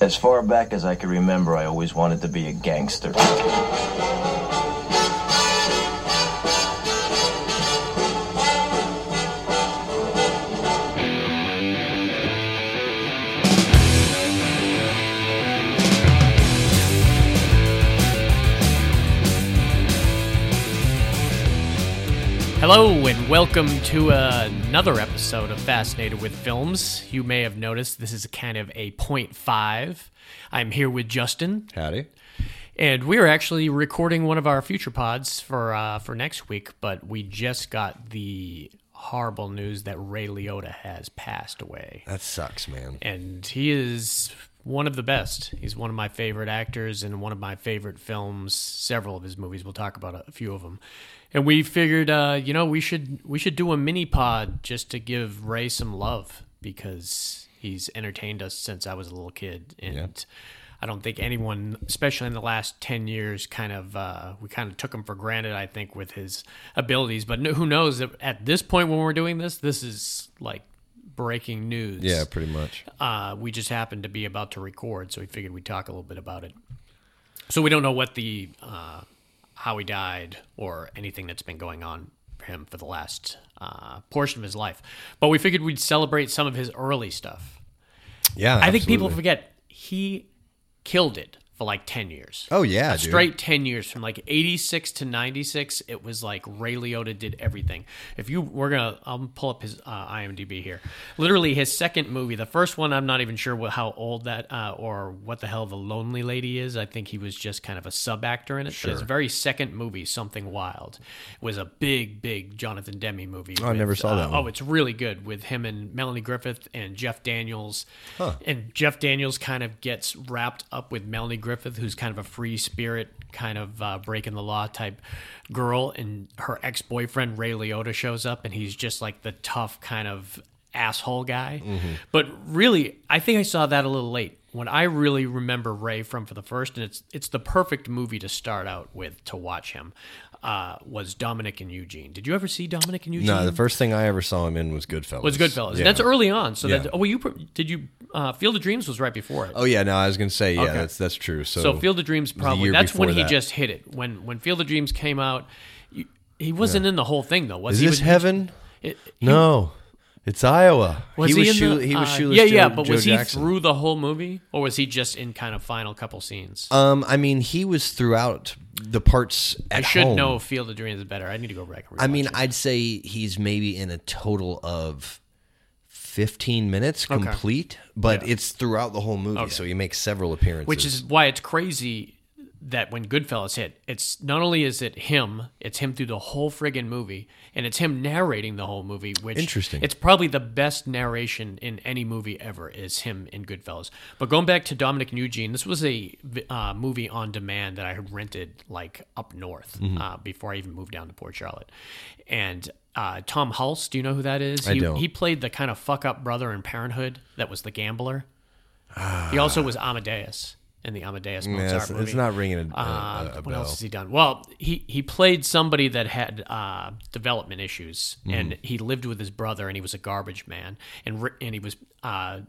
As far back as I can remember, I always wanted to be a gangster. Hello and welcome to another episode of Fascinated with Films. You may have noticed this is kind of a point five. I'm here with Justin, Howdy. and we're actually recording one of our future pods for uh, for next week. But we just got the horrible news that Ray Liotta has passed away, That sucks, man. and he is one of the best. He's one of my favorite actors and one of my favorite films. Several of his movies. We'll talk about a few of them. And we figured, uh, you know, we should we should do a mini pod just to give Ray some love because he's entertained us since I was a little kid, and I don't think anyone, especially in the last ten years, kind of uh, we kind of took him for granted. I think with his abilities, but no- who knows? that At this point, when we're doing this, this is like breaking news. Yeah, pretty much. Uh, we just happened to be about to record, so we figured we'd talk a little bit about it. So we don't know what the uh, how he died or anything that's been going on for him for the last uh, portion of his life, but we figured we'd celebrate some of his early stuff. Yeah, I think people absolutely. forget he killed it for like ten years. Oh yeah, dude. Straight 10 years from like 86 to 96, it was like Ray Liotta did everything. If you, we're going to, I'll pull up his uh, IMDb here. Literally his second movie, the first one, I'm not even sure what, how old that uh, or what the hell The Lonely Lady is. I think he was just kind of a sub actor in it. But His very second movie, Something Wild, was a big, big Jonathan Demme movie. I never saw that one. Oh, it's really good with him and Melanie Griffith and Jeff Daniels. And Jeff Daniels kind of gets wrapped up with Melanie Griffith, who's kind of a free spirit, kind of uh, breaking the law type girl. And her ex boyfriend, Ray Liotta, shows up and he's just like the tough kind of asshole guy. Mm-hmm. But really, I think I saw that a little late. When I really remember Ray from for the first, and it's it's the perfect movie to start out with to watch him, uh, was Dominic and Eugene. Did you ever see Dominic and Eugene? No, the first thing I ever saw him in was Goodfellas. was Goodfellas. Yeah. That's early on. So Yeah. that oh, well, you pr- did you uh, Field of Dreams was right before it. Oh yeah, no, I was gonna say yeah, Okay. that's that's true. So, so Field of Dreams probably year that's when before he that. just hit it. When when Field of Dreams came out, you, he wasn't in the whole thing though. Was is he this was, heaven? it- no, it's Iowa. was he, was in shoe- the, he was uh, shoeless. Yeah, Joe, yeah, but was Joe he Jackson. through the whole movie or was he just in kind of final couple scenes? Um, I mean, he was throughout the parts. At I should home. know Field of Dreams is better. I need to go back. And I mean, rewatch it. I'd say he's maybe in a total of. 15 minutes complete, but it's throughout the whole movie, so he makes several appearances. which is why it's crazy that when Goodfellas hit, it's not only is it him, it's him through the whole friggin' movie, and it's him narrating the whole movie. Which Interesting. It's probably the best narration in any movie ever is him in Goodfellas. But going back to Dominic and Eugene, this was a uh, movie on demand that I had rented like up north uh, before I even moved down to Port Charlotte, and. Uh, Tom Hulse, do you know who that is? I he, don't. he played the kind of fuck up brother in Parenthood that was the gambler. He also was Amadeus in the Amadeus Uh, Yeah, Mozart it's, movie. it's not ringing a, a- Um, a- a what bell. else has he done? Well, he, he played somebody that had uh, development issues, Mm-hmm. and he lived with his brother, and he was a garbage man, and ri- and he was uh,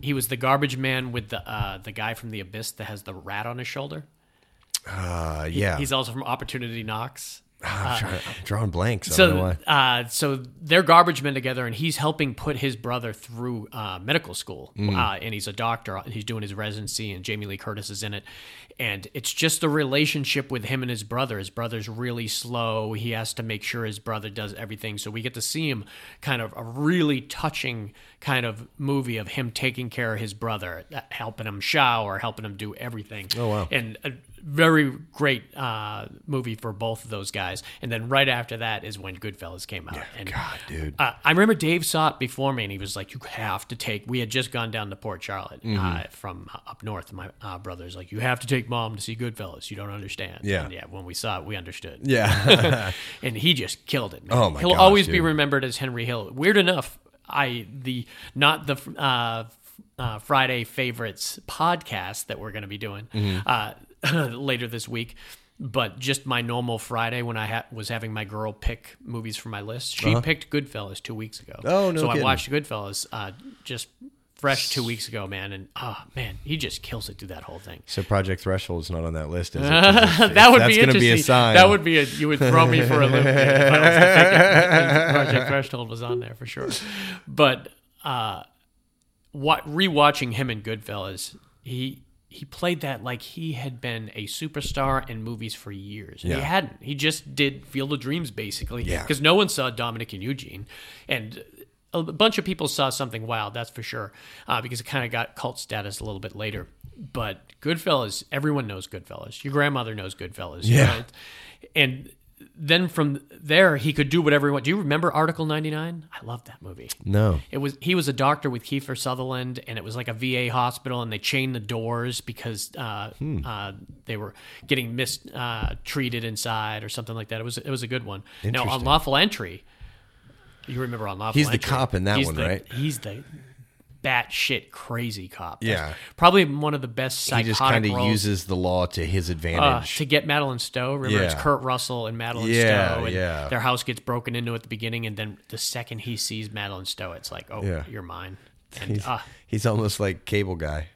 he was the garbage man with the uh, the guy from the abyss that has the rat on his shoulder. Uh, yeah, He's also from Opportunity Knocks. I'm, trying, I'm drawing blanks. I don't know so why. uh, so they're garbage men together, and he's helping put his brother through uh, medical school, uh, and he's a doctor. He's doing his residency, and Jamie Lee Curtis is in it, and it's just the relationship with him and his brother. His brother's really slow. He has to make sure his brother does everything, so we get to see him kind of a really touching kind of movie of him taking care of his brother, uh, helping him shower, helping him do everything. Oh wow! And a very great uh, movie for both of those guys. And then right after that is when Goodfellas came out. and God, dude. uh, I remember Dave saw it before me, and he was like, "You have to take." We had just gone down to Port Charlotte uh, Mm-hmm. from up north. My uh, brother's like, "You have to take mom to see Goodfellas. You don't understand." Yeah. And yeah. When we saw it, we understood. Yeah. and he just killed it. man. Oh, my He'll gosh, always be dude. remembered as Henry Hill. Weird enough, I the not the uh, uh, Friday favorites podcast that we're going to be doing Mm-hmm. uh, later this week. But just my normal Friday when I ha- was having my girl pick movies from my list, she picked Goodfellas two weeks ago. Uh-huh. Oh, no So I kidding. watched Goodfellas uh, just fresh two weeks ago, man. And oh man, he just kills it through that whole thing. So Project Threshold is not on that list, is it? 'Cause if- if that would that's be gonna interesting. Be a sign. That would be a you would throw me for a loop man, if I was to think Project Threshold was on there for sure. But uh, what rewatching him in Goodfellas, he he played that like he had been a superstar in movies for years. Yeah. He hadn't. He just did Field of Dreams basically. Yeah. Because no one saw Dominic and Eugene, and a bunch of people saw something wild. That's for sure. Uh, because it kind of got cult status a little bit later. But Goodfellas, everyone knows Goodfellas. Your grandmother knows Goodfellas. Yeah. right? And then from there, he could do whatever he wanted. Do you remember Article 99? I love that movie. no. It was he was a doctor with Kiefer Sutherland, and it was like a VA hospital, and they chained the doors because uh, Hmm. uh, they were getting mistreated uh, treated inside or something like that. It was it was a good one. Now, Interesting. unlawful entry. You remember unlawful? He's the entry. cop in that He's one, the- right? He's the batshit crazy cop. Yeah. probably one of the best He psychotic just kind of roles. uses the law to his Uh, advantage. to get Madeline Stowe. Remember, it's Yeah. Kurt Russell and Madeline Yeah, Stowe. And yeah. Their house gets broken into at the beginning, and then the second he sees Madeline Stowe, it's like, oh, Yeah. you're mine. And, he's, uh, he's almost like cable guy.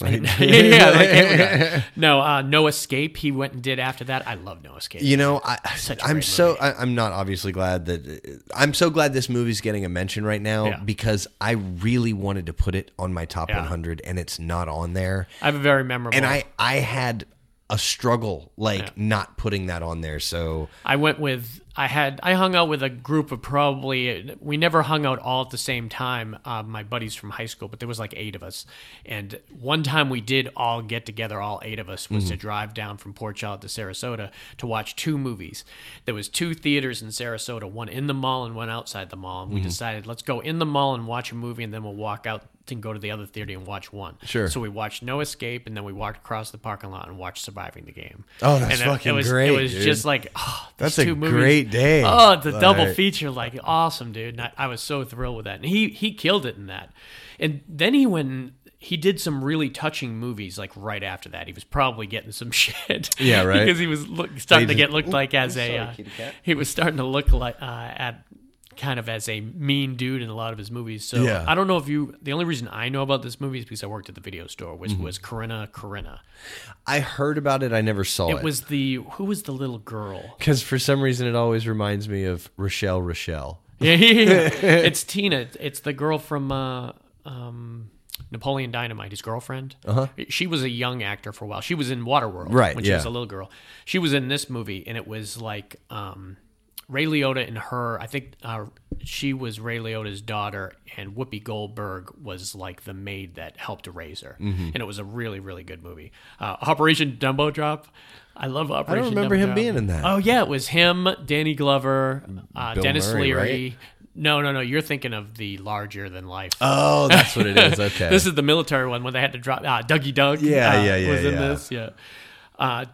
Like, yeah, yeah, like Cable Guy. no, uh, no escape. He went and did after that. I love No Escape. You know, I, Such a I'm great so I, I'm not obviously glad that I'm so glad this movie's getting a mention right now Yeah. because I really wanted to put it on my top Yeah. 100 and it's not on there. I have a very memorable. And I I had a struggle like Yeah. not putting that on there. So I went with I had I hung out with a group of probably we never hung out all at the same time. Uh, my buddies from high school, but there was like eight of us, and one time we did all get together. All eight of us was to drive down from Port Charlotte to Sarasota to watch two movies. There was two theaters in Sarasota, one in the mall and one outside the mall. And we decided let's go in the mall and watch a movie, and then we'll walk out and go to the other theater and watch one. Sure. So we watched No Escape, and then we walked across the parking lot and watched Surviving the Game. Oh, And that's it- fucking it was, great, It was dude. just like oh, That's these a two movies. great day. Oh, the double Like- feature, like awesome, dude. And I, I was so thrilled with that. And he he killed it in that. And then he went and he did some really touching movies like right after that. He was probably getting some shit. Yeah, right. because he was look, starting They to just- get looked like as a uh, he was starting to look like uh, at kind of as a mean dude in a lot of his movies. So Yeah. I don't know if you the only reason I know about this movie is because I worked at the video store, which Mm-hmm. was Corinna Corinna. I heard about it. I never saw it. It was the who was the little girl? because for some reason it always reminds me of Rochelle Rochelle. yeah, yeah, yeah. it's Tina. It's the girl from uh, um, Napoleon Dynamite, his girlfriend. Uh-huh. She was a young actor for a while. She was in Waterworld, Right, When she was yeah. a little girl, she was in this movie, and it was like um, Ray Liotta and her. I think uh, she was Ray Liotta's daughter, and Whoopi Goldberg was like the maid that helped to raise her. And it was a really, really good movie. Uh, Operation Dumbo Drop. I love Operation. remember Dumbo him Drop. being in that. Oh yeah, it was him, Danny Glover, uh, Bill Dennis Murray, Leary. right? No, no, no. You're thinking of the larger than life. Oh, that's what it is. Okay. This is the military one when they had to drop uh, Dougie Doug. Yeah, uh, yeah, yeah, Was in yeah. this, yeah. Uh,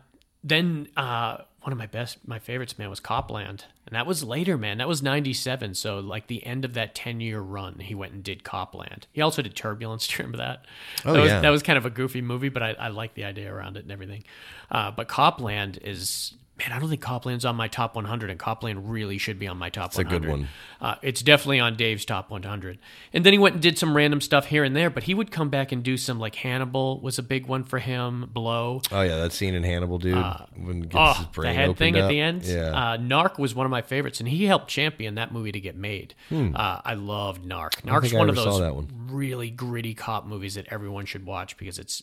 then uh, one of my best, my favorites, man, was Copland, and that was later, man. That was '97, so like the end of that ten-year run, he went and did Copland. He also did Turbulence. Do you remember that? Oh, that was, yeah. That was kind of a goofy movie, but I, I like the idea around it and everything. Uh, but Copland is. Man, I don't think Copland's on my top 100, and Copland really should be on my top a good 100. one. Uh, it's definitely on Dave's top 100. And then he went and did some random stuff here and there, but he would come back and do some like Hannibal was a big one for him. Blow. oh yeah, that scene in Hannibal, dude, when he gets his Uh, Oh, the brain head opened thing up. at the end. Yeah. Uh, Narc was one of my favorites, and he helped champion that movie to get made. Uh, I loved Narc. Narc's think Hmm. I one of ever saw those that one. really gritty cop movies that everyone should watch because it's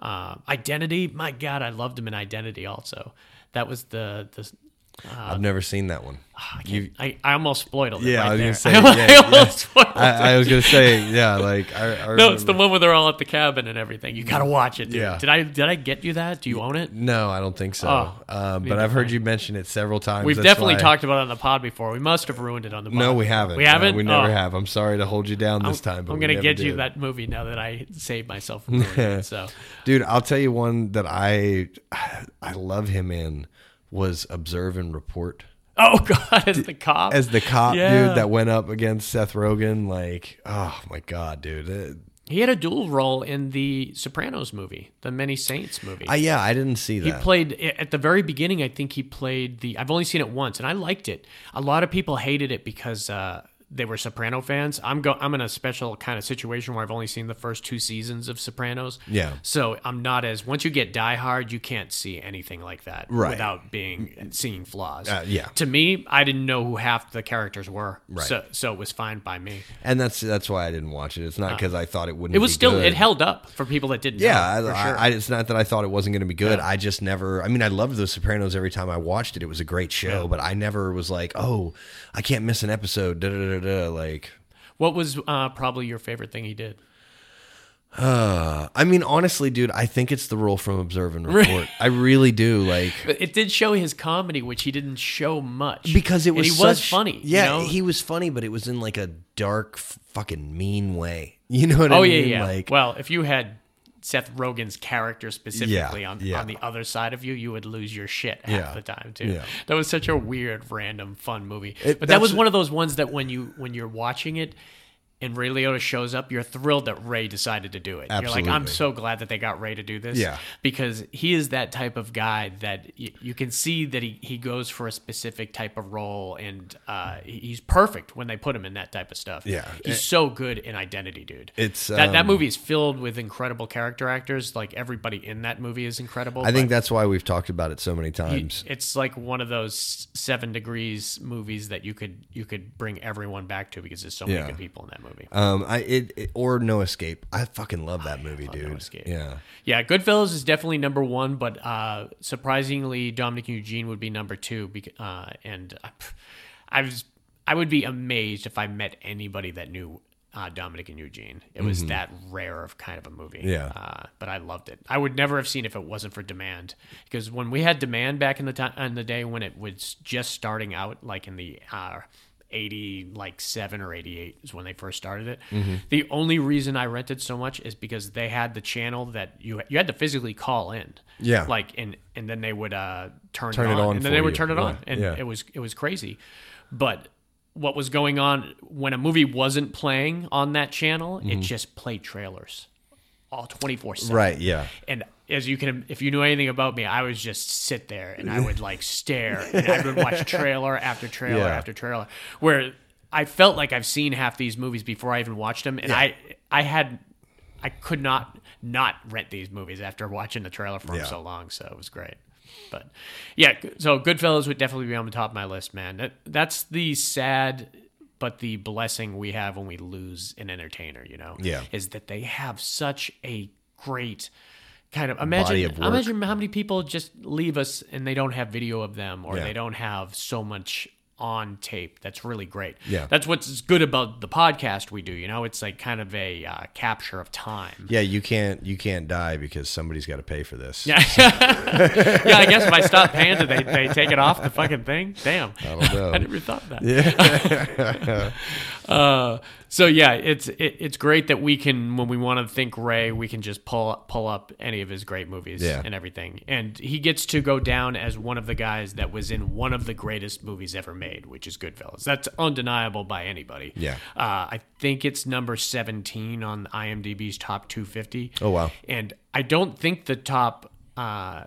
uh, Identity. My God, I loved him in Identity also. That was the the. Uh, I've never seen that one. You- I, I almost spoiled it. Yeah, right I was there. gonna say, I yeah, almost spoiled it. I, I was gonna say, yeah, like I, I No, it's remember- the one where they're all at the cabin and everything. You gotta watch it, dude. Yeah. Did I did I get you that? Do you own it? No, I don't think so. Oh, uh, but I've heard you mention it several times. We've That's definitely why- talked about it on the pod before. We must have ruined it on the pod. No, we haven't. We No, haven't. we never Oh, have. I'm sorry to hold you down this time. But I'm we gonna never get you did. that movie now that I saved myself from ruining it. So dude. I'll tell you one that I, I love him in was observe and report Oh god, as the cop. as the cop Yeah. dude that went up against Seth Rogen. Like, oh my god, dude. It- he had a dual role in the Sopranos movie, the Many Saints movie. I, yeah, I didn't see He that. played at the very beginning. I think he played the. I've only seen it once, and I liked it. A lot of people hated it because uh, they were Soprano fans. I'm go I'm in a special kind of situation where I've only seen the first two seasons of Sopranos. Yeah. So I'm not as once you get Die Hard, you can't see anything like that Right. without being seeing flaws. Uh, yeah. To me, I didn't know who half the characters were. Right. So so it was fine by me. and that's that's why I didn't watch it. It's not because I thought it Uh, wouldn't. It was be still good. it held up for people that didn't. Yeah, know, I, for I- sure. I, it's not that I thought it wasn't going to be good. I just never. I mean, I loved The Sopranos every time I watched it. It was a great show, but I never was like, oh, I can't miss an episode. Da da da da. Like, what was uh, probably your favorite thing he did? uh, I mean, honestly, dude, I think it's the role from Observe and Report. I really do. Like, But it did show his comedy, which he didn't show much because it And was he was such- funny. you Yeah, know? he was funny, but it was in like a dark, f- fucking mean way. You know what I oh mean? yeah, yeah. Like, well, if you had Seth Rogen's character specifically on, yeah. on the other side of you, you would lose your shit half Yeah, the time too. yeah. That was such a weird, random, fun movie. It- but that was that's- one of those ones that when you when you're watching it. And Ray Liotta shows up. You're thrilled that Ray decided to do it. You're like, I'm Absolutely. so glad that they got Ray to do this. Yeah. because he is that type of guy that y- you can see that he, he goes for a specific type of role, and uh, he- he's perfect when they put him in that type of stuff. Yeah. Eh. he's so good in Identity, dude. It's, that, that um, movie is filled with incredible character actors. Like everybody in that movie is incredible. I think but that's why we've talked about it so many you- times. it's like one of those Seven Degrees movies that you could you could bring everyone back to because there's so Yeah. many good people in that movie. um, I it, it or No Escape. I fucking love Oh, that movie, dude. Escape. Yeah. Yeah, Goodfellas is definitely number one, but uh, surprisingly, Dominic and Eugene would be number two. bec- Uh, and I, I was, I would be amazed if I met anybody that knew uh, Dominic and Eugene. It was that rare of kind of a movie. Mm-hmm. Yeah. uh, but I loved it. I would never have seen if it wasn't for Demand, because when we had Demand back in the time in the day when it was just starting out, like in the. Uh, 80 like 7 or 88 is when they first started it. Mm-hmm. The only reason I rented so much is because they had the channel that you you had to physically call in. Yeah. Like and and then they would uh turn, Turn it, on, and then they for would you. turn it on Right. and Yeah. it was it was crazy. But what was going on when a movie wasn't playing on that channel, Mm-hmm. it just played trailers all 24/7. Right. Yeah. And as you can, if you knew anything about me, I would just sit there and I would like stare and I would watch trailer after trailer Yeah. after trailer. Where I felt like I've seen half these movies before I even watched them, and I I had I could not not rent these movies after watching the trailer for 'em Yeah. so long. So it was great. But yeah, so Goodfellas would definitely be on the top of my list, man. That that's the sad but the blessing we have when we lose an entertainer, you know Yeah. is that they have such a great kind of imagine Body of work. imagine how many people just leave us and they don't have video of them or Yeah. they don't have so much on tape that's really great Yeah. that's what's good about the podcast we do you know it's like kind of a uh, capture of time Yeah, you can't you can't die because somebody's got to pay for this. yeah yeah i guess if i stop paying do they, they take it off the fucking thing damn i don't know. never thought of that Uh, so yeah, it's it, it's great that we can when we want to think Ray, we can just pull pull up any of his great movies Yeah. and everything, and he gets to go down as one of the guys that was in one of the greatest movies ever made, which is Goodfellas. That's undeniable by anybody. Yeah. uh, I think it's number seventeen on IMDb's top two fifty. Oh, wow. And I don't think the top. Uh,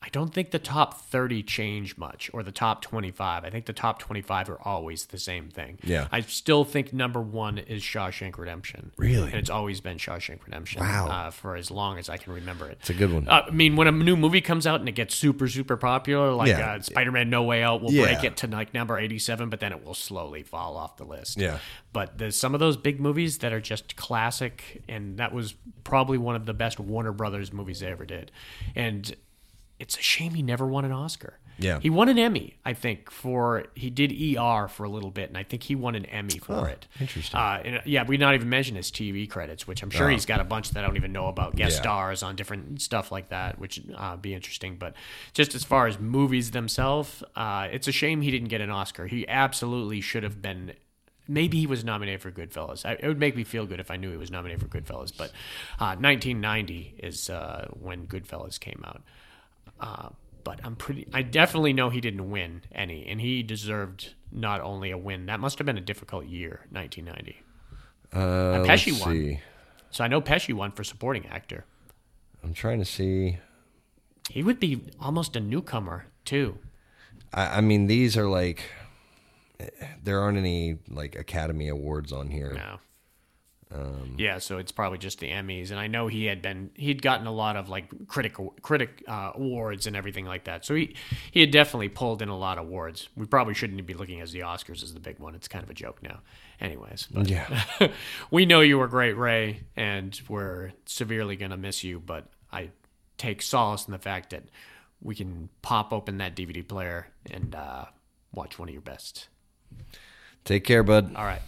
I don't think the top 30 change much or the top 25. I think the top 25 are always the same thing. Yeah. I still think number one is Shawshank Redemption. Really? And it's always been Shawshank Redemption. Wow. Uh, for as long as I can remember it. It's a good one. Uh, I mean, when a new movie comes out and it gets super, super popular, like Yeah. uh, Spider Man No Way Out will Yeah. break it to like number 87, but then it will slowly fall off the list. Yeah. But there's some of those big movies that are just classic, and that was probably one of the best Warner Brothers movies they ever did. And it's a shame he never won an Oscar. Yeah. He won an Emmy, I think, for he did ER for a little bit, and I think he won an Emmy for it. Interesting. Uh, and, uh, yeah, we not even mentioned his TV credits, which I'm sure he's got a bunch that I don't even know about guest Yeah. stars on different stuff like that, which uh, be interesting. But just as far as movies themselves, uh, it's a shame he didn't get an Oscar. He absolutely should have been. Maybe he was nominated for Goodfellas. I, it would make me feel good if I knew he was nominated for Goodfellas. But uh, 1990 is uh, when Goodfellas came out. Uh, but I'm pretty. I definitely know he didn't win any, and he deserved not only a win. That must have been a difficult year, 1990. Uh, Pesci let's won. see. So I know Pesci won for supporting actor. I'm trying to see. He would be almost a newcomer too. I, I mean, these are like eh, there aren't any like Academy Awards on here. No. Um, yeah, so it's probably just the Emmys, and I know he had been he'd gotten a lot of like critic critic uh, awards and everything like that. So he he had definitely pulled in a lot of awards. We probably shouldn't be looking at the Oscars as the big one. It's kind of a joke now, anyways. But Yeah. we know you were great, Ray, and we're severely gonna miss you. But I take solace in the fact that we can pop open that DVD player and uh, watch one of your best. Take care, bud. All right.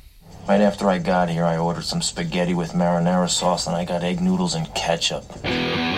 Right after I got here, I ordered some spaghetti with marinara sauce and I got egg noodles and ketchup.